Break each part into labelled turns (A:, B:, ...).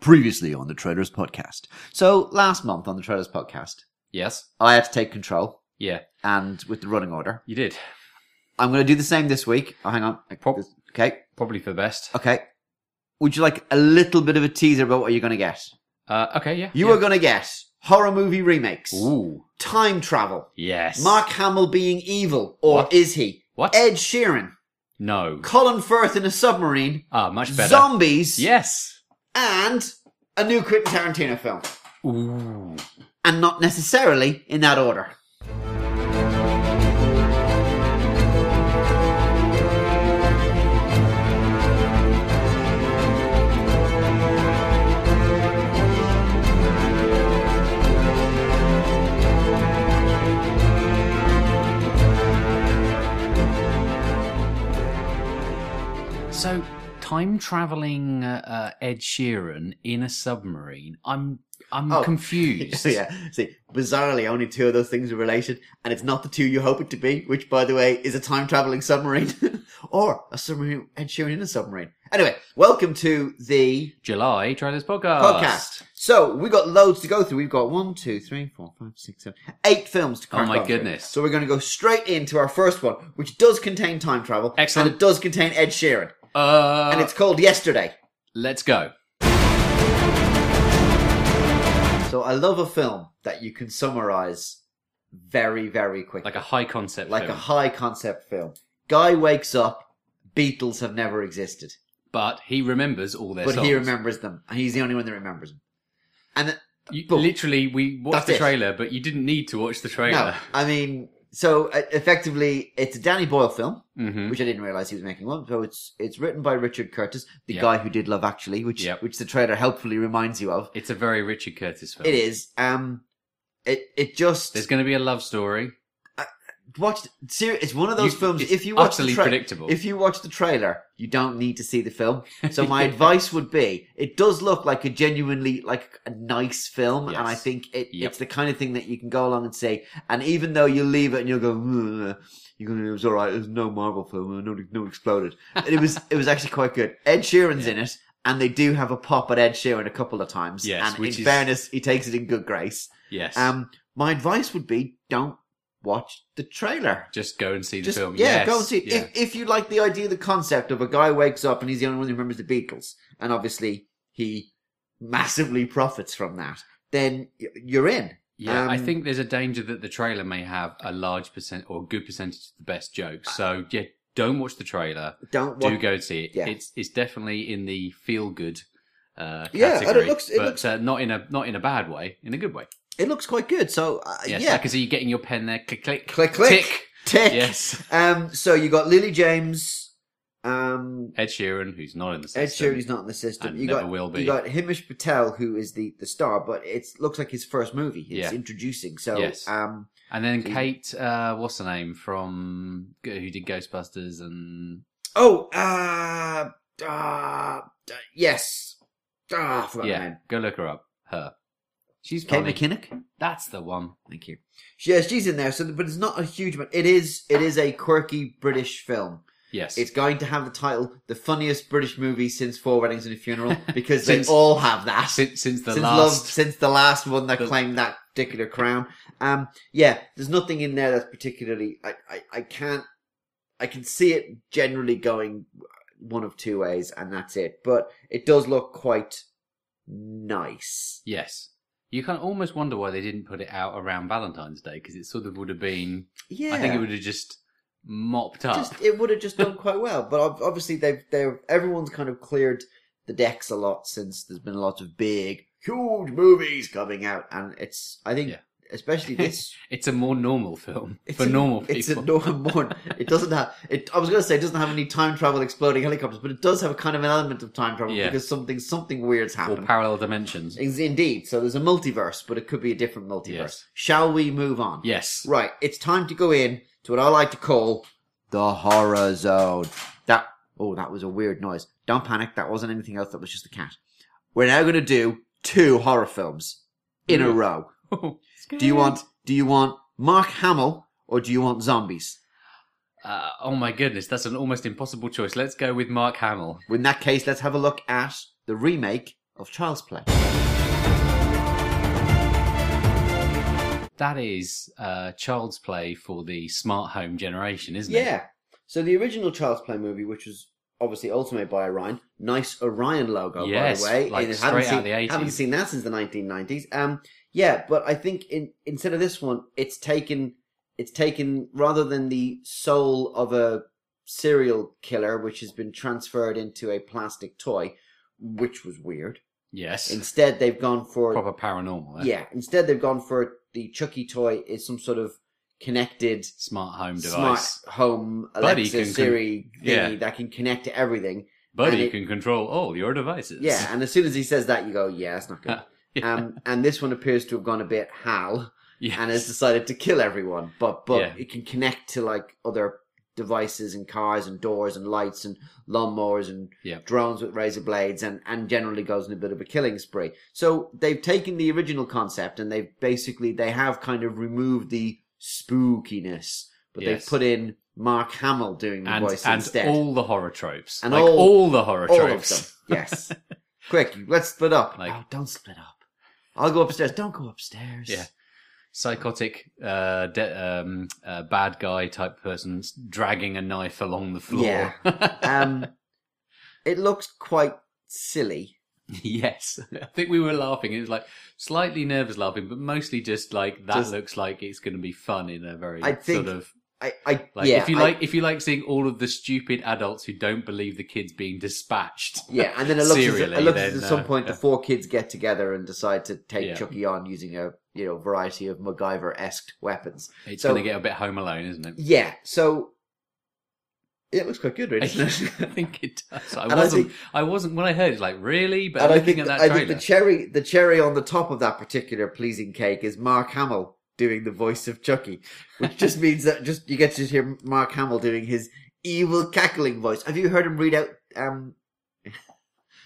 A: previously on the Traders podcast. So last month on the Traders podcast,
B: Yes.
A: I had to take control
B: Yeah.
A: and with the running order.
B: You did.
A: I'm going to do the same this week. Oh, hang on.
B: Prob-
A: Okay.
B: Probably for the best.
A: Okay. Would you like a little bit of a teaser about what you're going to get?
B: Uh, okay. Yeah.
A: You
B: yeah.
A: are going to get horror movie remakes,
B: Ooh.
A: time travel,
B: Yes.
A: Mark Hamill being evil, or
B: What?
A: is he?
B: What?
A: Ed Sheeran,
B: No.
A: Colin Firth in a submarine,
B: Ah, much better.
A: zombies,
B: Yes.
A: and a new Quentin Tarantino film.
B: Ooh.
A: And not necessarily in that order.
B: So, time traveling uh, uh, Ed Sheeran in a submarine. I'm I'm
A: Oh.
B: confused.
A: yeah. See, bizarrely, only two of those things are related, and it's not the two you hope it to be, which, by the way, is a time traveling submarine or a submarine Ed Sheeran in a submarine. Anyway, welcome to the
B: July Trailers Podcast.
A: podcast. So we got loads to go through. We've got one, two, three, four, five, six, seven, eight films to
B: Oh
A: crack
B: my
A: on through.
B: goodness.
A: So we're going to go straight into our first one, which does contain time travel.
B: Excellent.
A: And it does contain Ed Sheeran,
B: Uh,
A: and it's called Yesterday.
B: let's go.
A: So I love a film that you can summarize very, very quickly.
B: Like a high concept.
A: like a
B: film,
A: high concept film. Guy wakes up. Beatles have never existed,
B: but he remembers all their
A: but
B: songs.
A: he remembers them. and He's the only one that remembers them. And
B: You,
A: Boom.
B: literally, we
A: That's
B: watched the
A: it.
B: trailer, but you didn't need to watch the
A: no,
B: trailer.
A: I mean, so uh, effectively, it's a Danny Boyle film,
B: hmm
A: which I didn't realize he was making one. So it's it's written by Richard Curtis, the
B: Yeah.
A: guy who did Love Actually, which
B: Yep.
A: which the trailer helpfully reminds you of.
B: It's a very Richard Curtis film.
A: It is. Um, it it just
B: There's going to be a love story.
A: watch. Ser- it's one of those
B: You-
A: films.
B: it's
A: If you watch
B: utterly
A: the trailer,
B: predictable.
A: If you watch the trailer, you don't need to see the film. So my advice would be: it does look like a genuinely like a nice film, and I
B: Yes.
A: think it,
B: Yep.
A: it's the kind of thing that you can go along and see. And even though you leave it and you'll go, "Ugh," you're gonna, it was all right. It was no Marvel film. uh, No, no exploded. it was it was actually quite good. Ed Sheeran's in it. And they do have a pop at Ed Sheeran a couple of times.
B: Yes,
A: and
B: which
A: in
B: is-
A: fairness, he takes it in good grace.
B: yes.
A: Um, my advice would be don't watch the trailer.
B: just go and see the
A: Just
B: film.
A: yeah,
B: Yes.
A: go and see. it.
B: Yeah.
A: If, if you like the idea, the concept of a guy wakes up and he's the only one who remembers the Beatles, and obviously he massively profits from that, then y- you're in.
B: Yeah, I
A: Um,
B: think there's a danger that the trailer may have a large percent or a good percentage of the best jokes. So yeah, don't watch the trailer.
A: Don't
B: Do
A: watch.
B: go and see it.
A: yeah.
B: It's it's definitely in the feel good uh,
A: Yeah,
B: category,
A: and it looks- it
B: but
A: looks-
B: uh, not in a not in a bad way, in a good way.
A: It looks quite good. So uh,
B: Yes,
A: yeah,
B: I can see you getting your pen there. Click, click,
A: click, click,
B: tick.
A: tick.
B: Yes,
A: Um. So you got Lily James. Um.
B: Ed Sheeran, who's not in the
A: Ed
B: system.
A: Sheeran's not in the system.
B: And
A: you
B: never
A: got
B: will be.
A: you got Himish Patel, who is the the star, but it looks like his first movie. It's
B: Yeah.
A: introducing. So
B: Yes.
A: um.
B: and then Kate, uh, what's her name from who did Ghostbusters and
A: Oh, uh, uh d- yes. Ah, I forgot her
B: yeah,
A: name.
B: go look her up. Her, she's
A: Kate
B: funny.
A: McKinnock.
B: That's the one.
A: Thank you. She, yes, she's in there. So, but it's not a huge amount. It is. It is a quirky British film.
B: Yes,
A: It's going to have the title "The Funniest British Movie Since Four Weddings and a Funeral" because
B: Since-
A: they all have that
B: since since the
A: since love,
B: last
A: since the last one that
B: The-
A: claimed that particular crown. Um, yeah, there's nothing in there that's particularly. I, I, I can't. I can see it generally going one of two ways, and that's it. But it does look quite nice.
B: Yes. You can almost wonder why they didn't put it out around Valentine's Day because it sort of would have been.
A: Yeah,
B: I think it would have just mopped up.
A: just it would have just done quite well. But ob- obviously, they've they've everyone's kind of cleared the decks a lot since there's been a lot of big, huge movies coming out, and it's I think
B: Yeah.
A: especially this
B: It's a more normal film
A: It's
B: for
A: a-
B: normal people.
A: It's a norm one. It doesn't have. It, I was going to say it doesn't have any time travel, exploding helicopters, but it does have a kind of an element of time travel
B: Yeah.
A: because something something weird's
B: or
A: happened.
B: parallel dimensions.
A: Ex- Indeed. So there's a multiverse, but it could be a different multiverse.
B: Yes.
A: Shall we move on?
B: Yes.
A: Right. It's time to go in to what I like to call the horror zone. That. Oh, that was a weird noise. Don't panic. That wasn't anything else. That was just the cat. We're now going to do two horror films in a
B: Ooh.
A: row. Do you want? Do you want Mark Hamill or do you want zombies?
B: Uh, oh my goodness, that's an almost impossible choice. Let's go with Mark Hamill.
A: In that case, let's have a look at the remake of Child's Play.
B: That is uh, child's play for the smart home generation, isn't it?
A: Yeah. So the original Child's Play movie, which was obviously ultimately by Orion, nice Orion logo
B: Yes,
A: by the way.
B: like
A: And
B: straight
A: haven't
B: out
A: seen,
B: of the 80s.
A: Haven't seen that since the 1990s. Um, yeah, but I think in instead of this one, it's taken it's taken rather than the soul of a serial killer, which has been transferred into a plastic toy, which was weird.
B: Yes.
A: Instead, they've gone for
B: Proper paranormal. eh?
A: yeah. Instead, they've gone for the Chucky toy is some sort of connected
B: Smart home device.
A: smart home
B: But he
A: Alexa
B: can con-
A: Siri thingy
B: yeah.
A: that can connect to everything.
B: But
A: and
B: you
A: it-
B: can control all your devices.
A: Yeah, and as soon as he says that, you go, yeah, that's not good.
B: Yeah.
A: um, and this one appears to have gone a bit hal
B: Yes.
A: and has decided to kill everyone, but but
B: Yeah.
A: it can connect to like other devices and cars and doors and lights and lawnmowers and
B: Yeah.
A: drones with razor blades and and generally goes in a bit of a killing spree. So they've taken the original concept and they've basically they have kind of removed the spookiness, but
B: Yes.
A: they've put in Mark Hamill doing the
B: and,
A: voice
B: and
A: instead.
B: all the horror tropes.
A: And
B: like all,
A: all-
B: the horror
A: All of
B: tropes.
A: them. Yes. Quick, let's split up.
B: Like-
A: oh, don't split up. I'll go upstairs. don't go upstairs.
B: Yeah. Psychotic, uh, de- um, uh, bad guy type person dragging a knife along the floor.
A: Um, it looks quite silly.
B: yes. I think we were laughing. It was like slightly nervous laughing, but mostly just like that
A: Just-
B: looks like it's going to be fun in a very
A: I think-
B: sort of
A: I, I
B: like
A: yeah,
B: if you
A: I-
B: like if you like seeing all of the stupid adults who don't believe the kids being dispatched.
A: yeah, and then it looks as,
B: Serially,
A: it looks as
B: then,
A: at some
B: uh,
A: point
B: yeah.
A: the four kids get together and decide to take
B: Yeah.
A: Chucky on using a you know variety of MacGyver esque weapons.
B: It's
A: So-
B: going to get a bit Home Alone, isn't it?
A: Yeah, so it looks quite good,
B: I
A: really. doesn't it?
B: think it does. I
A: And I
B: wasn't. I,
A: think-
B: wasn't when I heard. It's like really, but
A: and I
B: looking
A: think
B: at that
A: I
B: trailer,
A: think the cherry the cherry on the top of that particular pleasing cake is Mark Hamill doing the voice of Chucky, which just means that just you get to just hear Mark Hamill doing his evil cackling voice. Have you heard him read out? um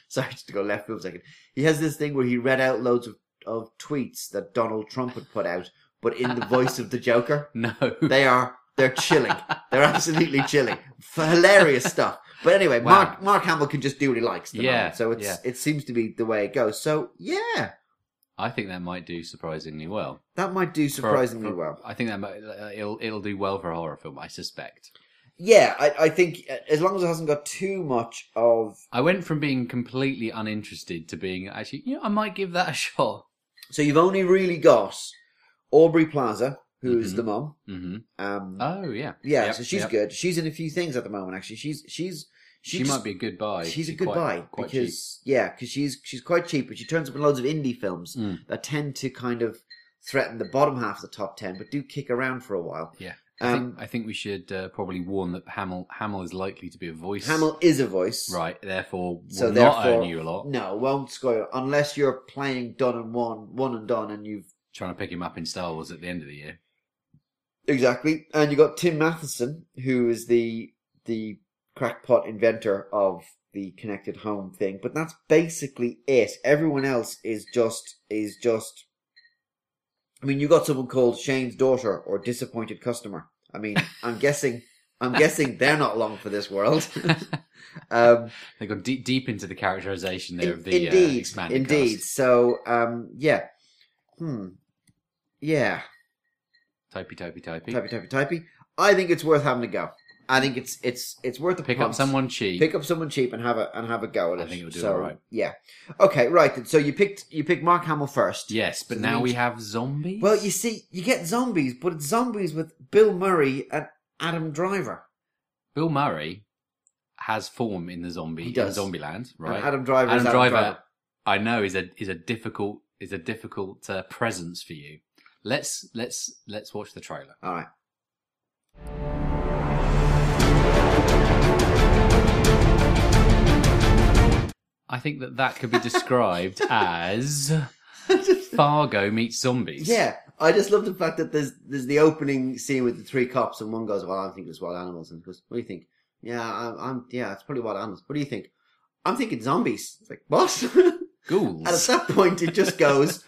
A: Sorry, just to go left for a second. He has this thing where he read out loads of of tweets that Donald Trump had put out, but in the voice of the Joker.
B: no,
A: They are they're chilling. They're absolutely chilling. F- hilarious stuff. But anyway,
B: Wow.
A: Mark Mark Hamill can just do what he likes. at the
B: Yeah,
A: moment. So it's it seems to be the way it goes. So yeah,
B: I think that might do surprisingly well.
A: that might do
B: For-
A: surprisingly
B: for-
A: well.
B: I think that might, uh, it'll it'll do well for a horror film. I suspect.
A: Yeah, I, I think uh, as long as it hasn't got too much of.
B: I went from being completely uninterested to being actually, you know, I might give that a shot.
A: So you've only really got Aubrey Plaza, who's
B: Mhm.
A: the mum.
B: hmm
A: Um,
B: Oh yeah,
A: yeah,
B: Yep,
A: so she's
B: yep.
A: good. She's in a few things at the moment. Actually, she's she's
B: She,
A: just-
B: might be a good buy.
A: She's a
B: She's
A: good
B: quite-
A: buy
B: quite
A: because yeah, because she's she's quite cheap, but she turns up in loads of indie films
B: Mm.
A: that tend to kind of threaten the bottom half of the top ten, but do kick around for a while.
B: Yeah. I,
A: um,
B: think, I think we should uh, probably warn that Hamill Hamill is likely to be a voice.
A: Hamill is a voice,
B: right? Therefore, will
A: So
B: not
A: therefore-
B: earn you a lot.
A: No, won't score unless you're playing done and one, one and done, and you've
B: Trying to pick him up in Star Wars at the end of the year.
A: exactly. And you got Tim Matheson, who is the the crackpot inventor of the connected home thing, but that's basically it. Everyone else is just is just I mean, you got someone called Shane's daughter or disappointed customer. I mean, I'm guessing, I'm guessing they're not long for this world. um,
B: They got deep, deep into the characterization there
A: in-
B: of the uh,
A: indeed,
B: expanded
A: indeed.
B: cast.
A: So, um, yeah, hmm, yeah,
B: Typey, typey, typey.
A: typey, typey, typey. I think it's worth having a go. I think it's it's it's worth a
B: Pick up
A: punt.
B: someone cheap.
A: pick up someone cheap and have a and have a go at
B: I
A: it.
B: think it'll do
A: so,
B: alright.
A: Yeah. Okay. Right. then. So you picked you picked Mark Hamill first.
B: yes, but
A: So
B: now
A: we-
B: we have zombies.
A: Well, you see, you get zombies, but it's zombies with Bill Murray and Adam Driver.
B: Bill Murray has form in the zombie
A: He
B: in
A: does.
B: Zombieland, right?
A: And Adam Driver. is
B: Adam
A: Adam
B: Driver,
A: Driver.
B: I know is a is a difficult is a difficult uh, presence for you. Let's let's let's watch the trailer.
A: All right.
B: I think that that could be described as Fargo meets zombies.
A: Yeah, I just love the fact that there's there's the opening scene with the three cops, and one goes, "Well, I think it's wild animals," and he goes, "What do you think?" Yeah, I'm, I'm yeah, it's probably wild animals. What do you think? I'm thinking zombies. It's like what? and
B: ghouls.
A: at that point, it just goes.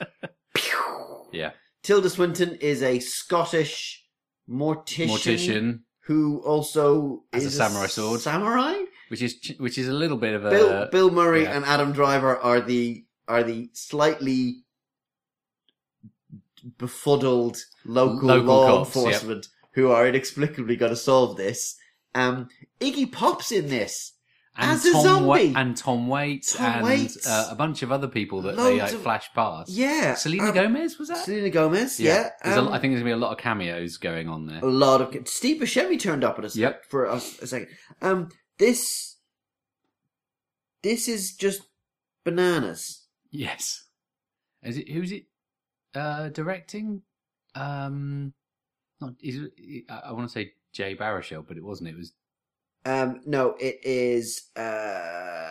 A: pew.
B: Yeah.
A: Tilda Swinton is a Scottish mortician,
B: Mortician,
A: who also
B: Has a
A: is
B: samurai sword.
A: Samurai.
B: which is which is a little bit of a
A: Bill, Bill Murray
B: Uh, yeah.
A: and Adam Driver are the are the slightly befuddled local,
B: Local
A: law
B: cops, yep.
A: enforcement who are inexplicably going to solve this. Um, Iggy Pop's in this.
B: And
A: As a
B: Tom
A: zombie.
B: Wa- and Tom Waits
A: Tom
B: and
A: Waits.
B: Uh, a bunch of other people that they
A: Loads
B: like,
A: of-
B: flash past.
A: Yeah,
B: Selena
A: um,
B: Gomez was that?
A: Selena Gomez. Yeah,
B: There's
A: um, Oh.
B: a, I think there's gonna be a lot of cameos going on there.
A: a lot of Steve Buscemi turned up at us
B: Yep.
A: for us a second. Um, this this is just bananas.
B: Yes. Is it who's it uh directing? Um not is it, I, I want to say Jay Baruchel, but it wasn't. It was
A: Um, no, it is uh,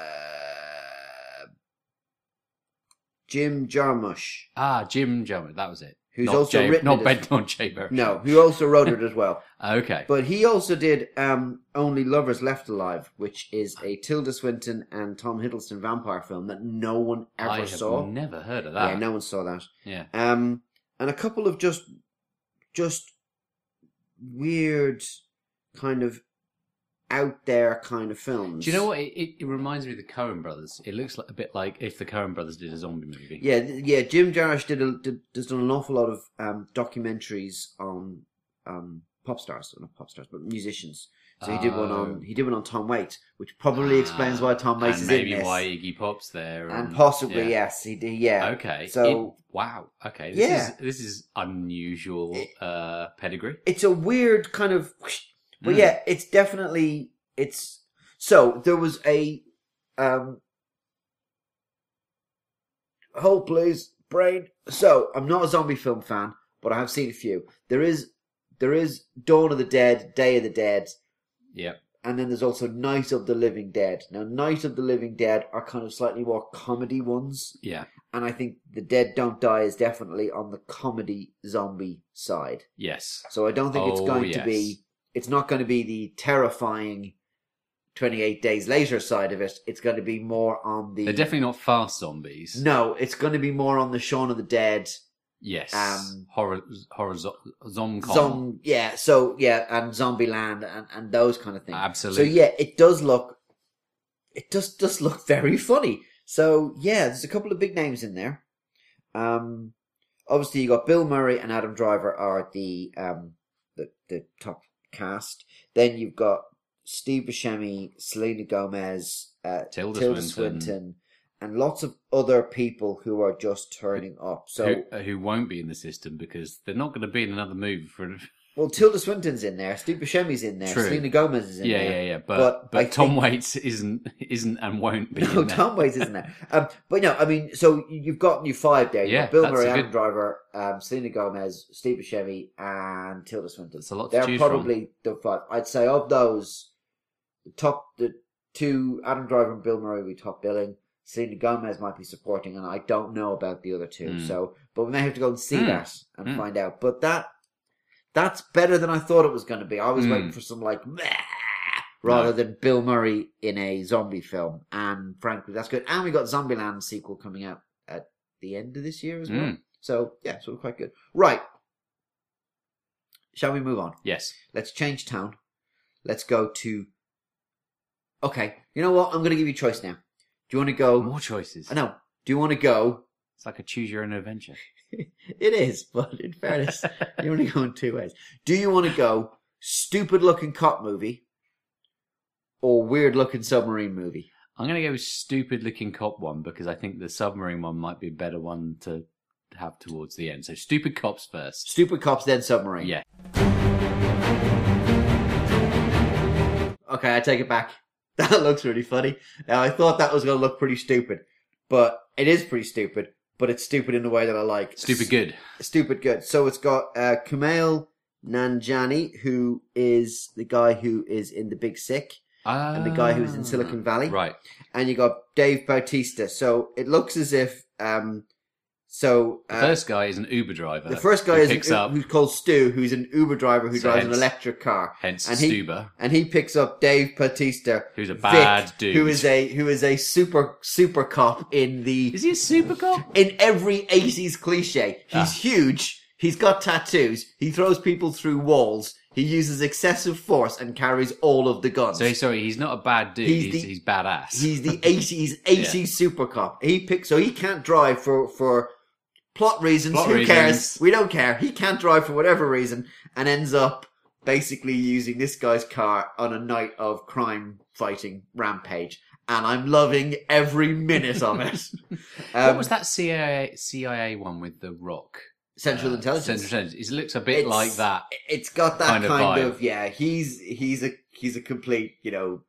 A: Jim Jarmusch,
B: ah Jim Jarmusch. That was it.
A: who's
B: Not
A: also
B: Jay,
A: written
B: not
A: it
B: Ben,
A: as-
B: not Jay Baruchel.
A: no, who also wrote it as well.
B: Okay.
A: But he also did um, Only Lovers Left Alive, which is a Tilda Swinton and Tom Hiddleston vampire film that no one ever
B: I have
A: saw.
B: never heard of that.
A: Yeah, no one saw that.
B: Yeah.
A: Um, and a couple of just, just weird, kind of out there kind of films.
B: Do you know what? It, it, it reminds me of the Coen Brothers. It looks like, a bit like if the Coen Brothers did a zombie movie.
A: Yeah, th- yeah. Jim Jarmusch did, a, did has done an awful lot of um, documentaries on um, pop stars, not pop stars, but musicians. So he did one on he did one on Tom Waits, which probably explains why Tom Waits
B: Oh. and
A: is
B: maybe
A: in this,
B: why Iggy Pop's there,
A: and possibly yes, he did. Yeah,
B: Okay.
A: So-
B: It- wow. Okay. This
A: Yeah.
B: is this is unusual uh, pedigree.
A: it's a weird kind of but
B: Mm.
A: yeah it's definitely it's so there was a um hold please brain so i'm not a zombie film fan but i have seen a few there is there is dawn of the dead day of the dead
B: Yep.
A: and then there's also night of the living dead now night of the living dead are kind of slightly more comedy ones
B: Yeah.
A: and i think the dead don't die is definitely on the comedy zombie side
B: Yes.
A: so I don't think it's
B: Oh,
A: going to
B: yes.
A: be. It's not going to be the terrifying twenty-eight days later side of it. It's going to be more on the.
B: They're definitely not fast zombies.
A: no, it's going to be more on the Shaun of the Dead.
B: Yes.
A: Um,
B: horror horror zo- zomcom.
A: Zom, yeah. So yeah, and Zombieland and and those kind of things.
B: Absolutely.
A: So yeah, it does look. It does does look very funny. So yeah, there's a couple of big names in there. Um, obviously you got Bill Murray and Adam Driver are the um the the top cast. Then you've got Steve Buscemi, Selena Gomez, uh,
B: Tilda,
A: Tilda,
B: Swinton.
A: Swinton. and lots of other people who are just turning up. So
B: who, uh, who won't be in the system because they're not going to be in another movie for.
A: Well, Tilda Swinton's in there. Steve Buscemi's in there.
B: True.
A: Selena Gomez is in
B: Yeah,
A: there.
B: yeah, yeah. But but,
A: But I
B: Tom
A: think-
B: Waits isn't isn't and won't be.
A: No,
B: in there.
A: Tom Waits isn't there. Um, but no, I mean, so you've got you five there. You've
B: Yeah,
A: got Bill
B: that's a
A: Murray,
B: good-
A: Adam Driver, um, Selena Gomez, Steve Buscemi, and Tilda Swinton.
B: That's a lot to
A: They're
B: choose from.
A: probably the five. I'd say of those, the top the two Adam Driver and Bill Murray will be top billing. Selena Gomez might be supporting, and I don't know about the other two.
B: Mm.
A: So, but we may have to go and see
B: Mm.
A: that and
B: Mm.
A: find out. But that that's better than I thought it was going to be. I was
B: Mm.
A: waiting for some like "Meh," rather than Bill Murray in a zombie film, and frankly, that's good. And we got Zombieland sequel coming out at the end of this year as well.
B: Mm.
A: So yeah, so we're quite good. Right, shall we move on?
B: Yes.
A: Let's change town. Let's go to. Okay, you know what? I'm going to give you a choice now. Do you want to go? uh,
B: More choices.
A: No. Do you want to go?
B: It's like a choose your own adventure.
A: It is, but in fairness, you only go in two ways. Do you want to go stupid looking cop movie or weird looking submarine movie?
B: I'm going to go with stupid looking cop one because I think the submarine one might be a better one to have towards the end. So stupid cops first.
A: Stupid cops, then submarine.
B: Yeah.
A: Okay, I take it back. That looks really funny. Now, I thought that was going to look pretty stupid, but it is pretty stupid, but it's stupid in the way that I like.
B: Stupid good.
A: Stupid good. So it's got uh, Kumail Nanjani, who is the guy who is in The Big Sick, and the guy who's in Silicon Valley.
B: Ah, Right.
A: and you got Dave Bautista. So it looks as if um, so
B: The
A: uh,
B: first guy is an Uber driver.
A: the first guy
B: who
A: is
B: picks
A: an,
B: up,
A: who's called Stu, who's an Uber driver who
B: So
A: drives
B: hence-
A: an electric car,
B: hence
A: and he-
B: Stuber,
A: and he picks up Dave Bautista,
B: who's a bad
A: Vic,
B: dude.
A: who is a who is a super super cop in the
B: Is he a super cop?
A: in every eighties cliche. He's
B: Ah.
A: huge. He's got tattoos. He throws people through walls. He uses excessive force and carries all of the guns.
B: So sorry, he's not a bad dude.
A: He's
B: He's,
A: the-
B: he's badass.
A: He's the eighties eighties super cop. He picks so he can't drive for for plot reasons.
B: Plot
A: Who cares?
B: reasons.
A: We don't care. He can't drive for whatever reason and ends up basically using this guy's car on a night of crime fighting rampage. And I'm loving every minute of it.
B: what
A: Um,
B: was that CIA CIA one with the Rock?
A: Central
B: Uh,
A: Intelligence.
B: Central Intelligence. It looks a bit
A: It's-
B: like that.
A: it's got that
B: Kind
A: kind,
B: of
A: of,
B: vibe.
A: yeah. He's he's a he's a complete you know.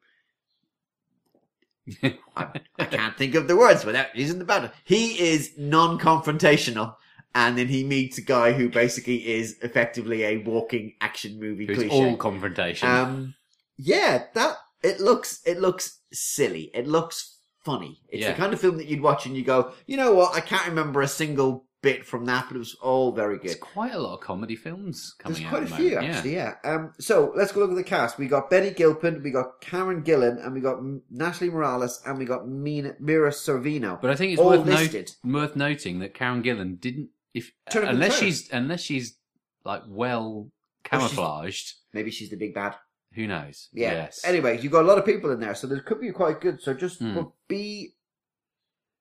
A: I, I can't think of the words without using the bad. He is non-confrontational, and then he meets a guy who basically is effectively a walking action movie
B: It's
A: cliche.
B: all confrontation.
A: um, yeah, that it looks it looks silly. It looks funny. It's
B: Yeah.
A: the kind of film that you'd watch and you go, you know what? I can't remember a single bit from that, but it was all very good.
B: There's quite a lot of comedy films coming
A: There's
B: out.
A: quite a
B: at the
A: few
B: moment,
A: actually, yeah. Um, so let's go look at the cast. We got Betty Gilpin, we got Karen Gillan, and we got M- Natalie Morales, and we got Mina, Mira Sorvino.
B: But I think it's
A: all
B: worth, no-
A: listed.
B: worth noting that Karen Gillan didn't, if
A: Turn up in
B: unless
A: turn.
B: she's unless she's like well
A: she's-
B: camouflaged,
A: Maybe she's the big bad.
B: who knows?
A: Yeah.
B: Yes.
A: Anyway, you got a lot of people in there, so there could be quite good. So just
B: Hmm.
A: but be,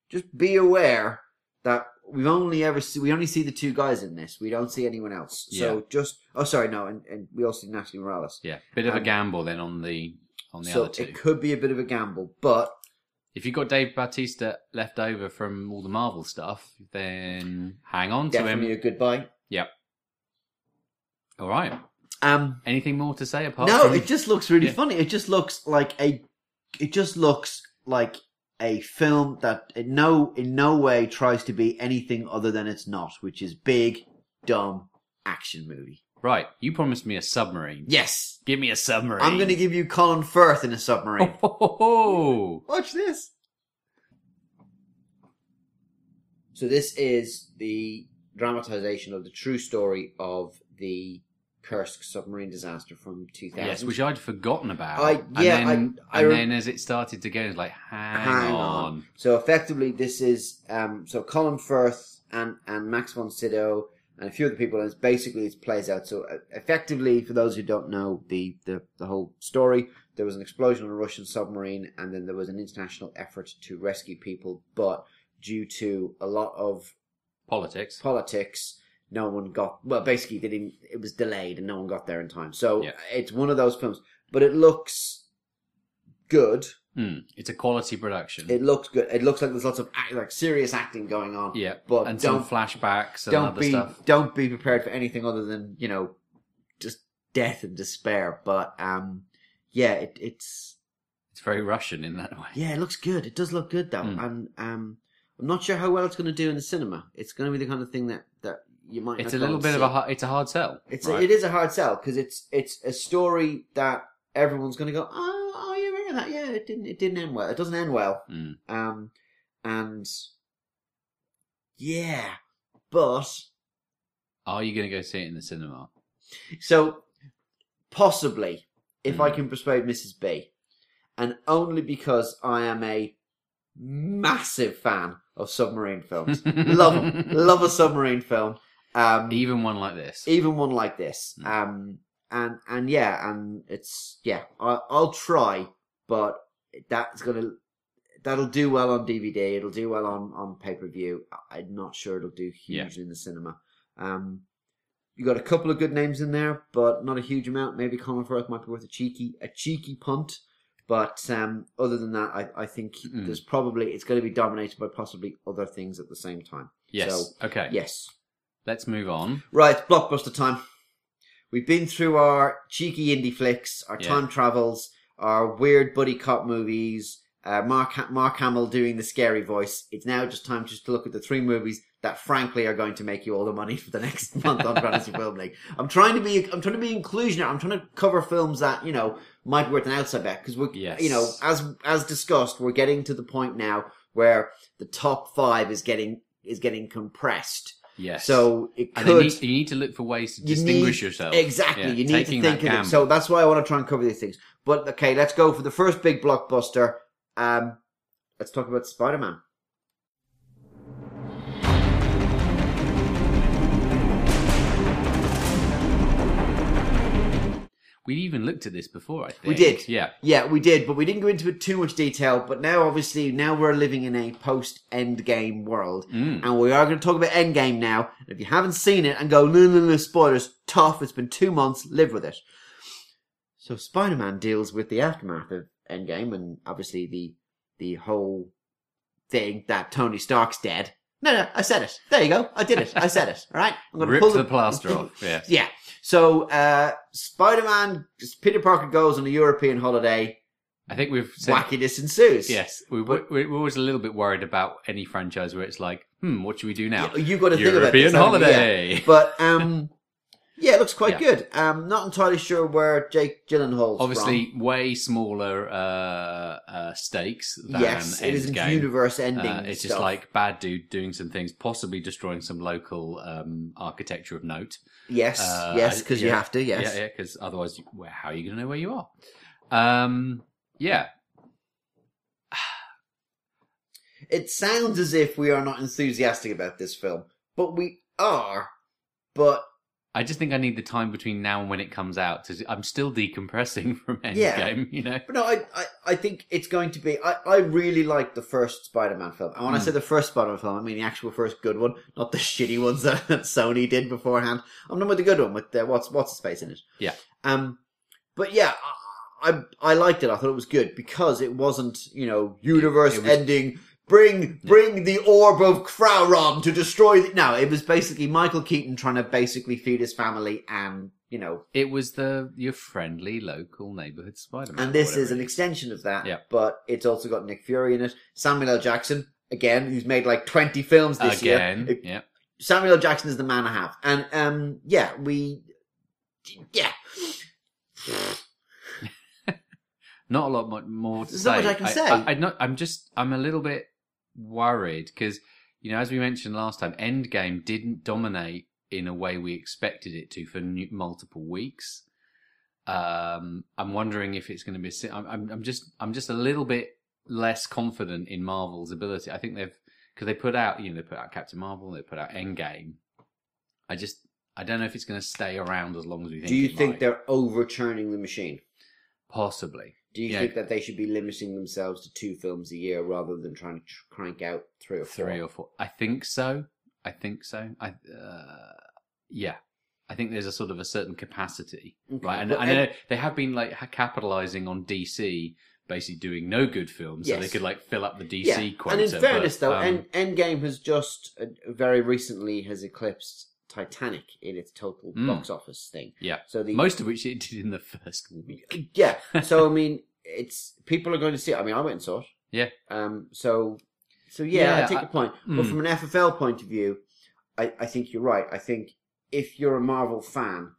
A: just be aware that we only ever see we only see the two guys in this. We don't see anyone else. So
B: Yeah.
A: just oh sorry no, and, and we also see Natalie Morales.
B: yeah, bit of a
A: Um,
B: gamble then on the on the
A: so
B: other two.
A: it could be a bit of a gamble, but
B: if you've got Dave Bautista left over from all the Marvel stuff, then hang on to
A: definitely
B: him.
A: a good buy.
B: All right.
A: Um,
B: Anything more to say apart
A: No,
B: from
A: it just looks really
B: Yeah.
A: funny. It just looks like a, it just looks like a film that in no in no way tries to be anything other than it's not, which is big, dumb action movie.
B: right? You promised me a submarine.
A: Yes,
B: Give me a submarine.
A: I'm going to give you Colin Firth in a submarine.
B: Oh,
A: Watch this. So this is the dramatization of the true story of the Kursk submarine disaster from 2000.
B: yes, which I'd forgotten about.
A: I- yeah,
B: and then,
A: I- I
B: and
A: re-
B: then as it started to go, it's like, hang,
A: Hang
B: on.
A: on. So effectively, this is um, so Colin Firth and and Max von Sydow and a few other people, and it's basically it plays out. So uh, effectively, for those who don't know the, the the whole story, there was an explosion on a Russian submarine, and then there was an international effort to rescue people, but due to a lot of
B: Politics.
A: politics. No one got well. Basically, they didn't. It was delayed, and no one got there in time. So
B: Yeah.
A: it's one of those films, but it looks good.
B: Hmm. It's a quality production.
A: It looks good. It looks like there's lots of act, like serious acting going on.
B: yeah,
A: but
B: and some
A: Oh, don't
B: flashbacks and
A: don't
B: other
A: be
B: stuff.
A: don't be prepared for anything other than you know just death and despair. But um, yeah, it, it's
B: It's very Russian in that way.
A: yeah, it looks good. It does look good though,
B: Mm.
A: and um, I'm not sure how well it's going to do in the cinema. It's going to be the kind of thing that that you might.
B: It's
A: not go
B: a little
A: and
B: bit of
A: see.
B: a hard, it's a hard sell.
A: It's
B: right?
A: it is a hard sell because it's it's a story that everyone's going to go oh oh you remember that yeah it didn't it didn't end well it doesn't end well
B: Mm.
A: um and yeah but
B: Are you going to go see it in the cinema?
A: so possibly if I
B: Hmm.
A: can persuade Mrs B and only because I am a massive fan of submarine films love 'em. love a submarine film um
B: Even one like this.
A: even one like this.
B: Mm.
A: Um, and and yeah, and it's yeah, I, I'll try, but that's gonna that'll do well on DVD. It'll do well on on pay per view. I'm not sure it'll do
B: Yeah.
A: hugely in the cinema. Um, you got a couple of good names in there, but not a huge amount. Maybe Colin Firth might be worth a cheeky a cheeky punt. But um, other than that, I, I think
B: Mm.
A: there's probably it's going to be dominated by possibly other things at the same time.
B: yes. okay.
A: Yes.
B: Let's move on.
A: Right, blockbuster time. We've been through our cheeky indie flicks, our
B: Yeah.
A: time travels, our weird buddy cop movies. Uh, Mark Ha- Mark Hamill doing the scary voice. It's now just time just to look at the three movies that, frankly, are going to make you all the money for the next month on Fantasy Film League. I'm trying to be I'm trying to be inclusionary. I'm trying to cover films that you know might be worth an outside bet because we're
B: Yes.
A: you know as as discussed we're getting to the point now where the top five is getting is getting compressed.
B: Yes.
A: So it
B: and
A: could
B: you, need, you need to look for ways to
A: You
B: distinguish
A: need-
B: yourself.
A: Exactly.
B: Yeah,
A: you need to
B: taking that
A: think of it.
B: gamble.
A: So that's why I want to try and cover these things. But okay, let's go for the first big blockbuster. Um, let's talk about Spider Man.
B: we even looked at this before. I think
A: We did.
B: Yeah,
A: Yeah, we did, but we didn't go into it too much detail. But now, obviously, now we're living in a post Endgame world,
B: Mm.
A: and we are going to talk about Endgame now. If you haven't seen it and go, no, no, no, spoilers, tough. It's been two months. Live with it. So Spider-Man deals with the aftermath of Endgame, and obviously the the whole thing that Tony Stark's dead. No, no, I said it. There you go. I did it. I said it. All right. I'm gonna
B: ripped the
A: it-
B: plaster off. Yeah,
A: yeah. So uh Spider Man Peter Parker goes on a European holiday,
B: I think we've said
A: wackiness ensues.
B: yes. We, we, we're always a little bit worried about any franchise where it's like, hmm, what should we do now?
A: You, you've got to think about this,
B: European
A: haven't you?
B: holiday.
A: Yeah. But um yeah, it looks quite
B: Yeah.
A: good. Um not entirely sure where Jake Gyllenhaal's
B: Obviously,
A: from.
B: way smaller uh, uh, stakes than
A: Yes, it isn't
B: um, Endgame.
A: universe ending.
B: Uh, it's just
A: stuff.
B: like bad dude doing some things, possibly destroying some local um, architecture of note.
A: yes,
B: uh,
A: yes,
B: I-
A: because you
B: yeah,
A: have to. Yes,
B: Yeah, yeah. Because otherwise, you- where, how are you going to know where you are? Um, yeah,
A: it sounds as if we are not enthusiastic about this film, but we are. But
B: I just think I need the time between now and when it comes out. To, I'm still decompressing from Endgame.
A: Yeah.
B: You know,
A: But no, I, I, I think it's going to be. I, I really like the first Spider Man film. And when I
B: Hmm.
A: say the first Spider Man film, I mean the actual first good one, not the shitty ones that, that Sony did beforehand. I'm talking about the good one with the, what's what's the space in it.
B: Yeah.
A: Um, but yeah, I, I I liked it. I thought it was good because it wasn't you know universe
B: It- it was-
A: ending. Bring bring the orb of Krauron to destroy. The, no, it was basically Michael Keaton trying to basically feed his family and you know
B: it was the your friendly local neighborhood Spider-Man.
A: and
B: or
A: this
B: whatever
A: is an
B: it
A: extension of that,
B: Yeah.
A: but it's also got Nick Fury in it. Samuel L. Jackson, again, who's made like 20 films this
B: again.
A: year.
B: Yeah,
A: Samuel L. Jackson is the man I have. And, um, yeah, we, yeah.
B: not a lot mo- more to
A: There's
B: say.
A: not much I can say.
B: I, am not, I'm just. I'm a little bit worried because you know, as we mentioned last time, Endgame didn't dominate in a way we expected it to for nu- multiple weeks. Um, I'm wondering if it's going to be. a si- I'm, I'm, I'm just. I'm just a little bit less confident in Marvel's ability. I think they've because they put out. You know, they put out Captain Marvel. They put out Endgame. I just. I don't know if it's going to stay around as long as we think.
A: Do you
B: it
A: think
B: might.
A: they're overturning the machine?
B: possibly?
A: Do you
B: Yeah.
A: think that they should be limiting themselves to two films a year rather than trying to tr- crank out three or four?
B: three or four. I think so. I think so. I uh, yeah. I think there's a sort of a certain capacity,
A: Okay,
B: right? And
A: but
B: I
A: End-
B: know they have been like ha- capitalizing on DC, basically doing no good films, so they
A: Yes.
B: could like fill up the DC
A: yeah.
B: quota.
A: and in fairness,
B: but,
A: though,
B: um,
A: End Endgame has just uh, very recently has eclipsed Titanic in its total
B: Mm.
A: box office thing.
B: Yeah.
A: So the
B: most of which it did in the first week.
A: Yeah. So I mean, it's people are going to see. It. I mean, I went and saw it.
B: Yeah.
A: Um. So, so yeah,
B: Yeah,
A: I take
B: I-
A: your point. But
B: mm.
A: from an FFL point of view, I, I think you're right. I think if you're a Marvel fan,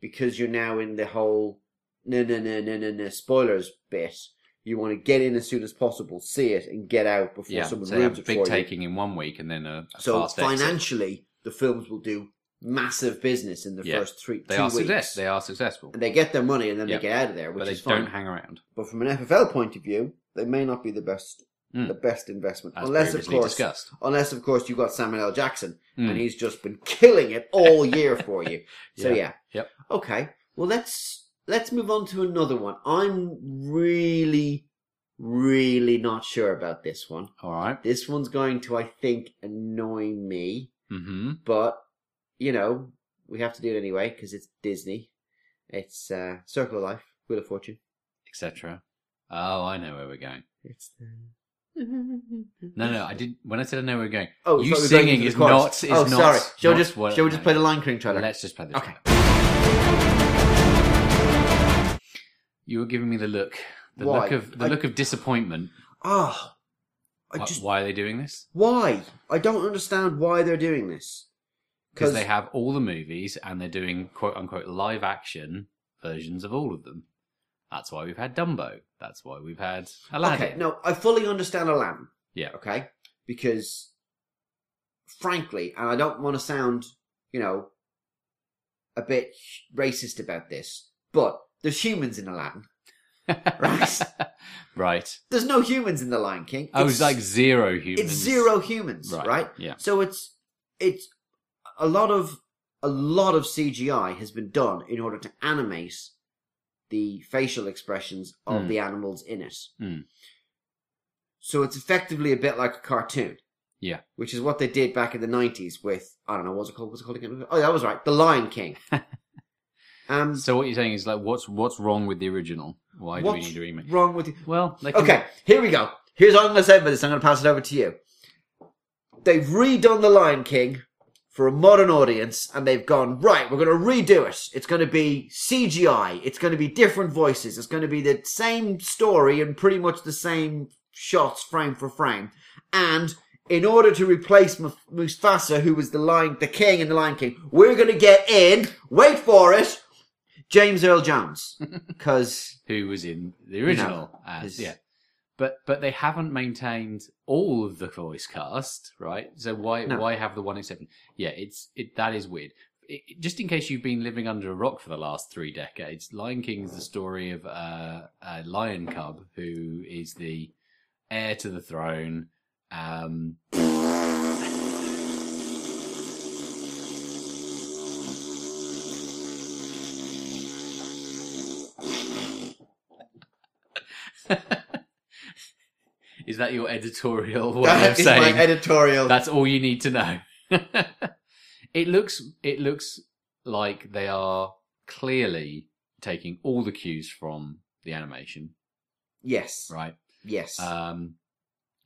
A: because you're now in the whole no no no no no no spoilers bit, you want to get in as soon as possible, see it, and get out before
B: Yeah, so
A: someone
B: they
A: ruins
B: have a
A: it
B: big
A: for you.
B: taking in one week and then a, a
A: So
B: fast exit.
A: financially, the films will do massive business in the
B: Yeah.
A: first three
B: They
A: two
B: are
A: weeks.
B: success. They are successful,
A: and they get their money and then
B: Yeah.
A: they get out of there, which
B: but they
A: is fine.
B: don't hang around.
A: But from an FFL point of view, they may not be the best
B: Mm.
A: the best investment,
B: As
A: unless of
B: previously
A: course,
B: discussed.
A: unless of course you've got Samuel L. Jackson
B: Mm.
A: and he's just been killing it all year for you. So
B: Yeah.
A: yeah,
B: Yep.
A: okay. Well, let's let's move on to another one. I'm really, really not sure about this one.
B: All right.
A: This one's going to, I think, annoy me,
B: Mm-hmm.
A: but you know we have to do it anyway because it's Disney. It's uh, Circle of Life, Wheel of Fortune.
B: etc. Oh, I know where we're going.
A: It's the
B: No, no, I didn't. When I said I know where we're going,
A: Oh,
B: You
A: sorry, we're going
B: singing
A: into the
B: is
A: chorus.
B: not- is
A: oh,
B: not-
A: sorry. Shall we
B: not
A: just
B: what-
A: shall we just play the Lion King trailer?
B: let's just play this.
A: Okay.
B: one. You were giving me the look, the
A: Why?
B: look of the
A: I-
B: look of disappointment.
A: Oh, I
B: Why-
A: just
B: Why are they doing this?
A: why? I don't understand why they're doing this.
B: Because they have all the movies and they're doing quote unquote live action versions of all of them. That's why we've had Dumbo. That's why we've had Aladdin.
A: Okay, no, I fully understand Aladdin.
B: Yeah.
A: Okay, because frankly, and I don't want to sound, you know, a bit racist about this, but there's humans in Aladdin. right.
B: right.
A: There's no humans in the Lion King.
B: I was
A: It's-
B: like zero humans.
A: it's zero humans,
B: Right.
A: right?
B: Yeah.
A: So it's it's a lot of a lot of CGI has been done in order to animate the facial expressions of
B: Mm.
A: the animals in it.
B: Mm.
A: So it's effectively a bit like a cartoon.
B: Yeah.
A: Which is what they did back in the 90s with, I don't know, what's it called? What's it called again? Oh, that was right. The Lion King. um,
B: So what you're saying is like, what's what's wrong with the original? Why do we
A: what's
B: need a remake?
A: wrong with you?
B: Well, they can-
A: Okay, here we go. Here's what I'm going to say about this. I'm going to pass it over to you. They've redone The Lion King for a modern audience, and they've gone, right, we're going to redo it. It's going to be CGI. It's going to be different voices. It's going to be the same story and pretty much the same shots frame for frame. And in order to replace Muf- Mufasa, who was the lion, the king in The Lion King, we're going to get in, wait for it, James Earl Jones. Because
B: who was in the original
A: it's-
B: as yeah. But but they haven't maintained all of the voice cast, right? So why
A: No.
B: why have the one exception? Yeah, it's it that is weird. It, it- just in case you've been living under a rock for the last three decades, Lion King is the story of uh, a lion cub who is the heir to the throne. Um, is that your editorial way of
A: that is
B: saying
A: my editorial.
B: That's all you need to know. it looks it looks like they are clearly taking all the cues from the animation,
A: Yes.
B: right?
A: Yes.
B: Um,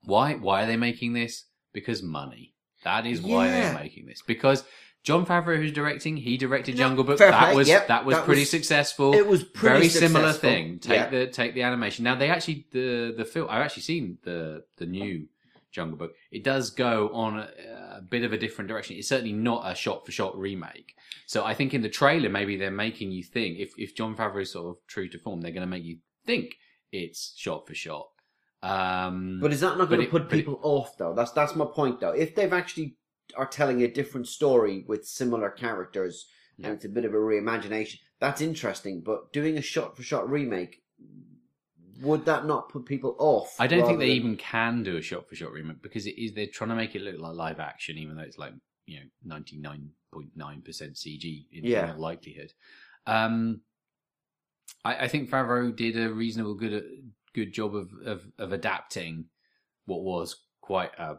B: why why are they making this? Because money. That is why
A: Yeah.
B: they're making this. Because John Favreau, who's directing, he directed
A: No,
B: Jungle Book.
A: fair
B: That
A: play,
B: was
A: yep,
B: that was
A: that
B: pretty
A: was-
B: successful.
A: it was pretty
B: Very similar
A: successful.
B: thing. Take
A: yeah.
B: the take the animation. Now they actually the the film. I've actually seen the the new Jungle Book. It does go on a, a bit of a different direction. It's certainly not a shot for shot remake. So I think in the trailer maybe they're making you think. If if John Favreau is sort of true to form, they're going to make you think it's shot for shot. Um,
A: but is that not going
B: but
A: to
B: it-
A: put
B: but it-
A: people off though? That's that's my point though. If they've actually are telling a different story with similar characters
B: Yeah.
A: and it's a bit of a reimagination, that's interesting. But doing a shot for shot remake, would that not put people off?
B: I don't think they
A: rather than-
B: even can do a shot for shot remake because it is they're trying to make it look like live action, even though it's like you know ninety nine point nine percent CG in
A: Yeah.
B: all likelihood. Um, I, I think Favreau did a reasonable good good job of, of of adapting what was quite a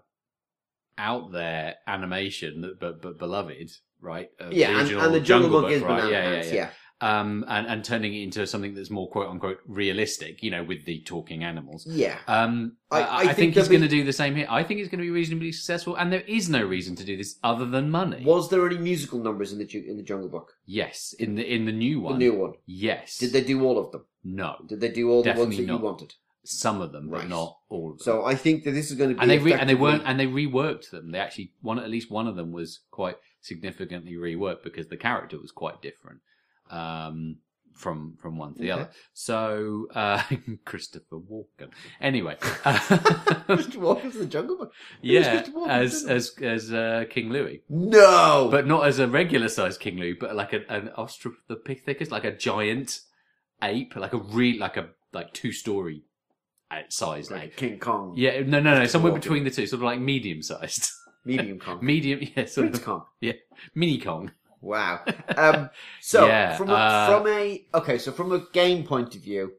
B: out there animation, that- but but beloved, right? Of
A: Yeah, and,
B: original
A: and the Jungle, Book is
B: right?
A: banana
B: Yeah, yeah,
A: pants,
B: yeah um, and, and turning it into something that's more quote unquote realistic, you know, with the talking animals.
A: yeah. Yeah.
B: Um,
A: I-
B: I,
A: I
B: I,
A: think
B: think, he's
A: there'll be-
B: going to do the same here. I think it's going to be reasonably successful, and there is no reason to do this other than money.
A: Was there any musical numbers in the Ju- in the Jungle Book?
B: Yes, in the in the new one.
A: The new one.
B: Yes.
A: Did they do all of them?
B: No,
A: Did they do all the ones
B: Definitely
A: that you
B: not.
A: wanted?
B: some of them,
A: Right.
B: but not all of them.
A: So I think that this is going to be
B: and they re- and they
A: effectively-
B: weren't and they reworked them. They actually one at least one of them was quite significantly reworked because the character was quite different um, from from one to the
A: Okay.
B: other. So uh, Christopher Walken. Anyway,
A: Mr. Walker's the Jungle Book. Who's
B: yeah,
A: Christopher Walken,
B: as
A: isn't it?
B: as as uh, King Louis,
A: No,
B: but not as a regular sized King Louis, but like an, an Australopithecus, like a giant ape, like a real like a like two story sized
A: like
B: ape.
A: King Kong,
B: Yeah, no, no, no, somewhere
A: Walken.
B: between the two, sort of like medium sized.
A: medium Kong,
B: Medium, yeah, sort
A: Prince
B: of
A: Kong.
B: mini Kong.
A: Wow. Um, so
B: Yeah,
A: from a,
B: uh,
A: from a okay, so from a game point of view,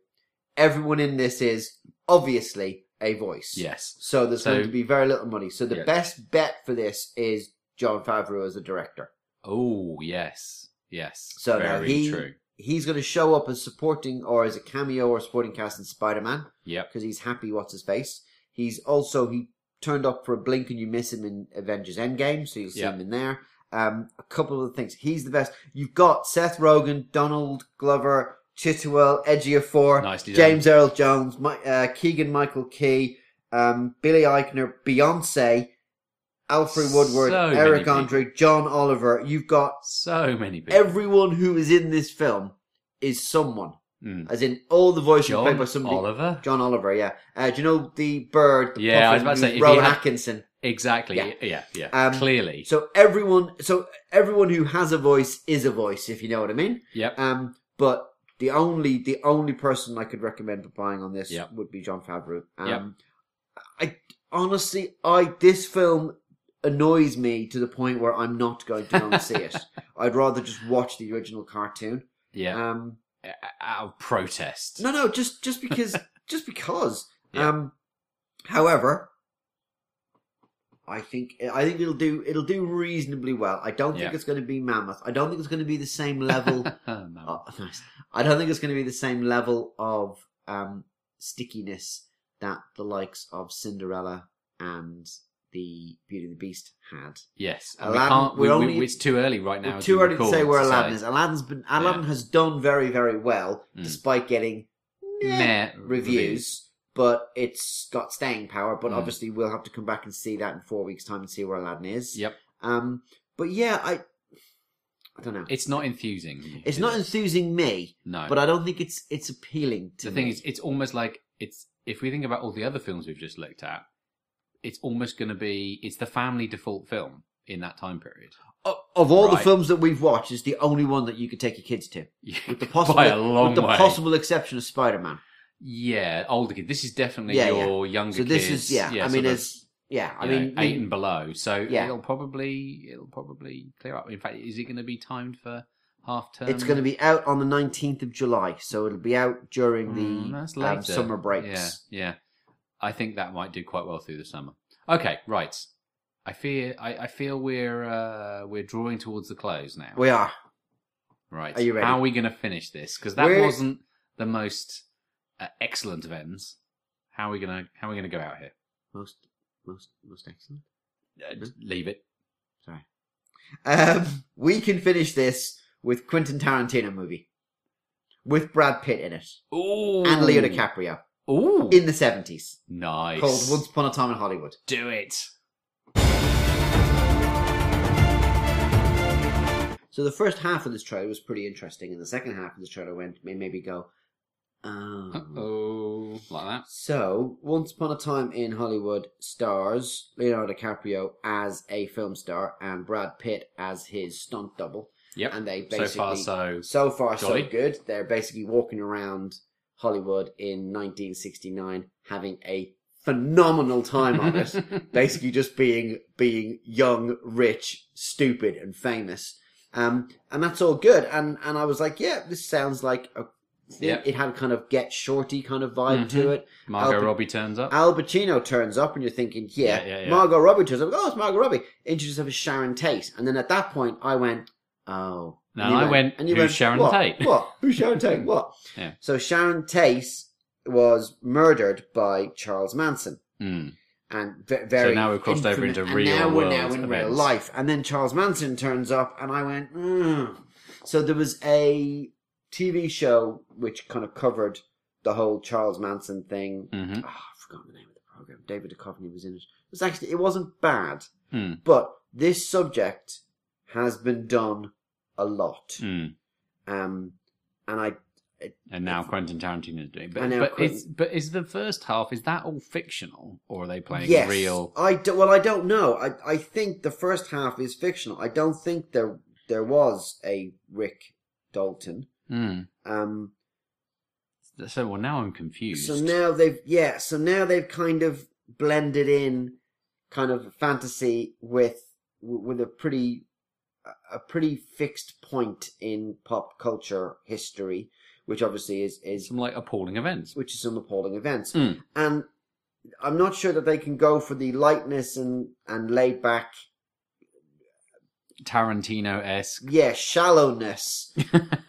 A: everyone in this is obviously a voice.
B: Yes.
A: So there's
B: So-
A: going to be very little money. So the
B: Yeah.
A: best bet for this is John Favreau as the director.
B: Oh, yes, yes.
A: So now
B: very
A: he-
B: true.
A: He's going to show up as supporting or as a cameo or supporting cast in Spider Man.
B: Yep.
A: because he's happy. What's his face? He's also he turned up for a blink and you miss him in Avengers Endgame, so you'll see
B: Yeah.
A: him in there. Um, a couple of things. He's the best. You've got Seth Rogen, Donald Glover, Chitwell, Ejiofor,
B: Nicely done.
A: James Earl Jones, Mi- uh, Keegan Michael Key, um, Billy Eichner, Beyonce, Alfred Woodward,
B: So many
A: Eric
B: people.
A: Andre, John Oliver. You've got
B: So many people.
A: everyone who is in this film is someone,
B: Mm.
A: as in all the voices
B: John
A: played by somebody.
B: Oliver.
A: John Oliver, yeah. Uh, do you know the bird? The
B: Yeah, I was
A: puffin,
B: about to say, if he
A: Rowan
B: had-
A: Atkinson.
B: Exactly.
A: Yeah.
B: Yeah, yeah. yeah.
A: Um,
B: Clearly.
A: So everyone, so everyone who has a voice is a voice, if you know what I mean.
B: yep.
A: Um, but the only the only person I could recommend for buying on this
B: Yeah.
A: would be John Favreau.
B: Yeah.
A: Um, I honestly, I this film annoys me to the point where I'm not going to go and see it. I'd rather just watch the original cartoon.
B: Yeah.
A: Um,
B: uh, out of protest.
A: No, no, just just because, just because.
B: Yeah.
A: Um, however, I think I think it'll do it'll do reasonably well. I don't think
B: Yeah.
A: it's going to be mammoth. I don't think it's going to be the same level.
B: No.
A: oh, nice. I don't think it's going to be the same level of um stickiness that the likes of Cinderella and the Beauty and the Beast had.
B: Yes, and
A: Aladdin- we're
B: we can't. We,
A: only-
B: we, it's too early right now.
A: We're
B: as
A: too
B: we
A: early to
B: record
A: say where Aladdin is. Aladdin's been Aladdin has done very very well
B: Mm.
A: despite getting meh
B: Meh
A: reviews, but it's got staying power. But
B: Mm.
A: obviously, we'll have to come back and see that in four weeks' time and see where Aladdin is.
B: Yep,
A: Um. But yeah, I, I don't know. It's,
B: it's not enthusing. is
A: not
B: it?
A: enthusing me,
B: no.
A: but I don't think it's it's appealing to
B: the thing
A: me.
B: is, it's almost like it's. If we think about all the other films we've just looked at, it's almost going to be. It's the family default film in that time period.
A: O- of all the
B: Right.
A: films that we've watched, is the only one that you could take your kids to, with the possible
B: By a long
A: with the
B: way.
A: possible exception of Spider Man.
B: yeah, older kid. This is definitely
A: Yeah, yeah.
B: your younger.
A: So this
B: kids,
A: is yeah. I mean,
B: sort of,
A: it's yeah. I
B: you know,
A: mean,
B: eight and below. So
A: Yeah.
B: it'll probably it'll probably clear up. In fact, is it going to be timed for half term?
A: It's going to be out on the 19th of July, so it'll be out during
B: Mm, that's
A: the um,
B: later.
A: summer breaks.
B: Yeah, yeah. I think that might do quite well through the summer. Okay, right. I fear I, I feel we're uh, we're drawing towards the close now.
A: We are.
B: right.
A: are you ready?
B: How are we going to finish this? Because that
A: We're-
B: wasn't the most uh, excellent of ends. How are we gonna How are we gonna go out here?
A: Most, most, most excellent.
B: Uh, just leave it.
A: Um, we can finish this with Quentin Tarantino movie with Brad Pitt in it
B: Ooh.
A: and Leo DiCaprio
B: Ooh.
A: in the 70s
B: nice.
A: called Once Upon a Time in Hollywood.
B: Do it.
A: So the first half of this trailer was pretty interesting, and the second half of this trailer went made maybe go, oh.
B: Oh, like that.
A: So, Once Upon a Time in Hollywood stars Leonardo DiCaprio as a film star and Brad Pitt as his stunt double.
B: Yep.
A: And they
B: so
A: basically,
B: far, so
A: so far,
B: Jolly.
A: so good. They're basically walking around Hollywood in 1969, having a phenomenal time on it. basically, just being being young, rich, stupid, and famous. Um, and that's all good. And and I was like, yeah, this sounds like a.
B: Yeah.
A: It had kind of get shorty kind of vibe to
B: Mhm.
A: it.
B: Margot
A: Alpha-
B: Robbie turns up.
A: Al Pacino turns up, and you're thinking, yeah,
B: Yeah, yeah, yeah.
A: Margot Robbie turns up. Oh, it's Margot Robbie. Introduces her as Sharon Tate, and then at that point, I went, oh.
B: No,
A: you
B: I went, "Who's Sharon
A: what?
B: Tate?"
A: What? Who's Sharon Tate? What?
B: Yeah.
A: So Sharon Tate was murdered by Charles Manson,
B: Mm.
A: and ve- very.
B: now we've crossed over into
A: and
B: real
A: now we're now
B: world
A: in real
B: events.
A: life, and then Charles Manson turns up, and I went, mm. so there was a TV show which kind of covered the whole Charles Manson thing
B: Mm-hmm.
A: oh, I've forgotten the name of the program. David Duchovny was in it. It was actually it wasn't bad,
B: Hmm.
A: but this subject has been done a lot.
B: Mm.
A: Um, and I
B: And now Quentin Tarantino is doing. But,
A: And now
B: but
A: Quentin-
B: is but is the first half is that all fictional or are they playing
A: yes,
B: real?
A: I do, well, I don't know. I I think the first half is fictional. I don't think there there was a Rick Dalton.
B: Mm.
A: Um,
B: So well, now I'm confused.
A: so now they've yeah. So now they've kind of blended in kind of fantasy with with a pretty a pretty fixed point in pop culture history, which obviously is is
B: some like appalling events.
A: which is some appalling events,
B: Mm.
A: and I'm not sure that they can go for the lightness and and laid back,
B: Tarantino esque.
A: yeah, shallowness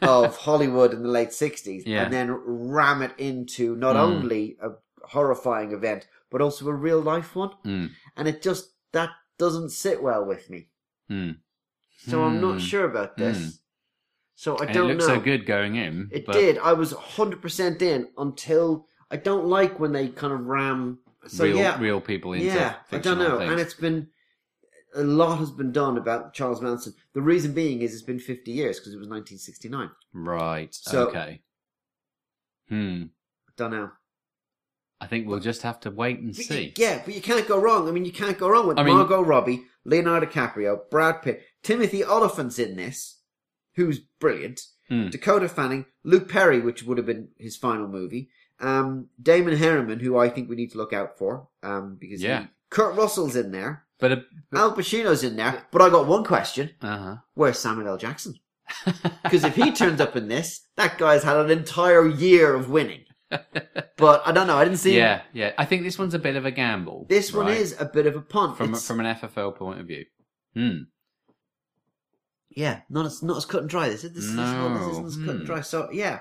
A: of Hollywood in the late '60s,
B: Yeah.
A: and then ram it into not
B: Mm.
A: only a horrifying event but also a real life one,
B: Mm.
A: and it just that doesn't sit well with me.
B: Mm.
A: So I'm not
B: Hmm.
A: sure about this.
B: Hmm.
A: So I
B: And it
A: don't
B: looked
A: know.
B: so good going in.
A: It
B: but
A: did. I was 100% in until I don't like when they kind of ram. So
B: real
A: yeah,
B: real people into
A: yeah. I
B: fictional
A: don't know.
B: things.
A: And it's been a lot has been done about Charles Manson. The reason being is it's been 50 years because it was 1969.
B: right.
A: So-
B: okay. Hmm.
A: Don't know.
B: I think we'll just have to wait and
A: But
B: see.
A: You, yeah, but you can't go wrong. I mean, you can't go wrong with
B: I mean-
A: Margot Robbie, Leonardo DiCaprio, Brad Pitt, Timothy Oliphant's in this, who's brilliant.
B: Mm.
A: Dakota Fanning, Luke Perry, which would have been his final movie. Um, Damon Herriman, who I think we need to look out for, um, because he-
B: Yeah.
A: Kurt Russell's in there,
B: But, a- but
A: Al Pacino's in there. But I got one question:
B: uh huh.
A: Where's Samuel L. Jackson? Because if he turns up in this, that guy's had an entire year of winning. But I don't know. I didn't see.
B: yeah, yeah. I think this one's a bit of a gamble.
A: This one
B: right?
A: is a bit of a punt.
B: from
A: It's-
B: from an FFL point of view. Hmm.
A: yeah, not as not as cut and dry. This this, this,
B: No.
A: this isn't as cut
B: Hmm.
A: and dry. So yeah,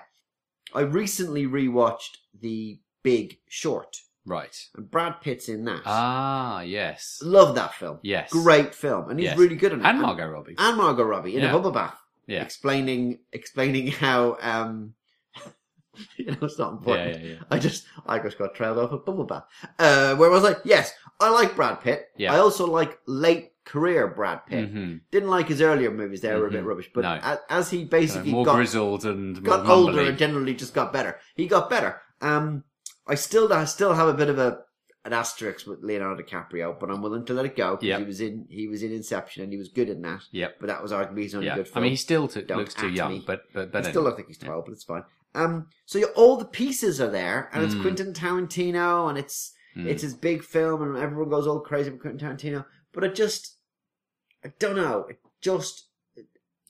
A: I recently rewatched the Big Short,
B: Right.
A: and Brad Pitt's in that.
B: Ah, yes,
A: Love that film.
B: yes.
A: Great film, and he's
B: Yes.
A: really good in it.
B: And Margot Robbie.
A: and Margot Robbie in
B: Yeah.
A: a bubble bath,
B: Yeah.
A: explaining explaining how um, you know it's not important.
B: yeah, yeah, yeah.
A: I just I just got trailed off a bubble bath. Uh, where I was like, yes, I like Brad Pitt.
B: Yeah.
A: I also like late career Brad Pitt.
B: hmm
A: Didn't like his earlier movies; they were a bit
B: Mhm.
A: rubbish. But
B: No.
A: a- as he basically
B: more
A: got
B: grizzled and more
A: got older
B: mumbly.
A: and generally just got better, he got better. Um, I still I still have a bit of a an asterisk with Leonardo DiCaprio, but I'm willing to let it go. 'cause
B: Yep.
A: he was in he was in Inception and he was good in that.
B: Yep.
A: But that was arguably his only
B: Yeah.
A: good film.
B: I mean, he still took,
A: Don't
B: looks too
A: at
B: young,
A: me.
B: but but but
A: I still
B: anyway.
A: don't think he's 12, but it's fine. Um, so you all the pieces are there, and it's
B: Mm.
A: Quentin Tarantino, and it's
B: Mm.
A: it's his big film, and everyone goes all crazy with Quentin Tarantino. But it just, I don't know, it just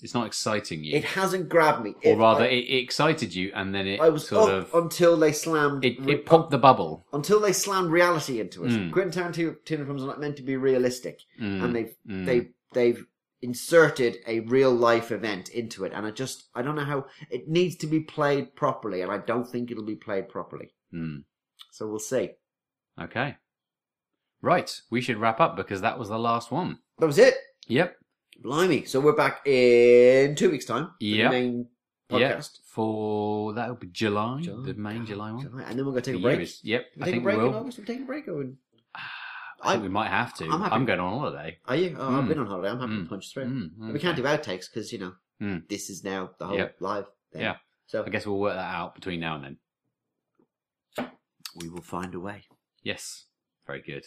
B: It's not exciting you,
A: it hasn't grabbed me.
B: or
A: It-
B: rather,
A: I,
B: it, it excited you, and then it
A: I was
B: sort
A: up
B: of
A: until they slammed
B: it,
A: re-
B: it popped the bubble.
A: until they slammed reality into us.
B: Mm.
A: Quentin Tarantino films are not meant to be realistic,
B: Mm.
A: and they've
B: Mm.
A: they they've inserted a real life event into it and i just i don't know how it needs to be played properly and i don't think it'll be played properly
B: Mm.
A: so we'll see
B: Okay. Right. We should wrap up because that was the last one.
A: that was it
B: Yep.
A: blimey so we're back in two weeks time for
B: Yep.
A: the main
B: Yeah.
A: podcast
B: For that'll be July, the main
A: God,
B: July one.
A: July. and then we're gonna take a
B: The
A: break
B: year is- yep.
A: we
B: I
A: take a
B: think
A: break
B: we will.
A: in august we take a break or
B: I think we might have to.
A: I'm
B: I'm,
A: happy.
B: going on holiday.
A: are you oh,
B: Mm.
A: i've been on holiday i'm happy
B: Mm.
A: to punch through
B: Mm,
A: But we
B: okay.
A: can't do outtakes because you know
B: Mm.
A: this is now the whole
B: Yep.
A: live thing
B: Yeah.
A: so
B: I guess we'll work that out between now and then.
A: we will find a way
B: Yes. Very good.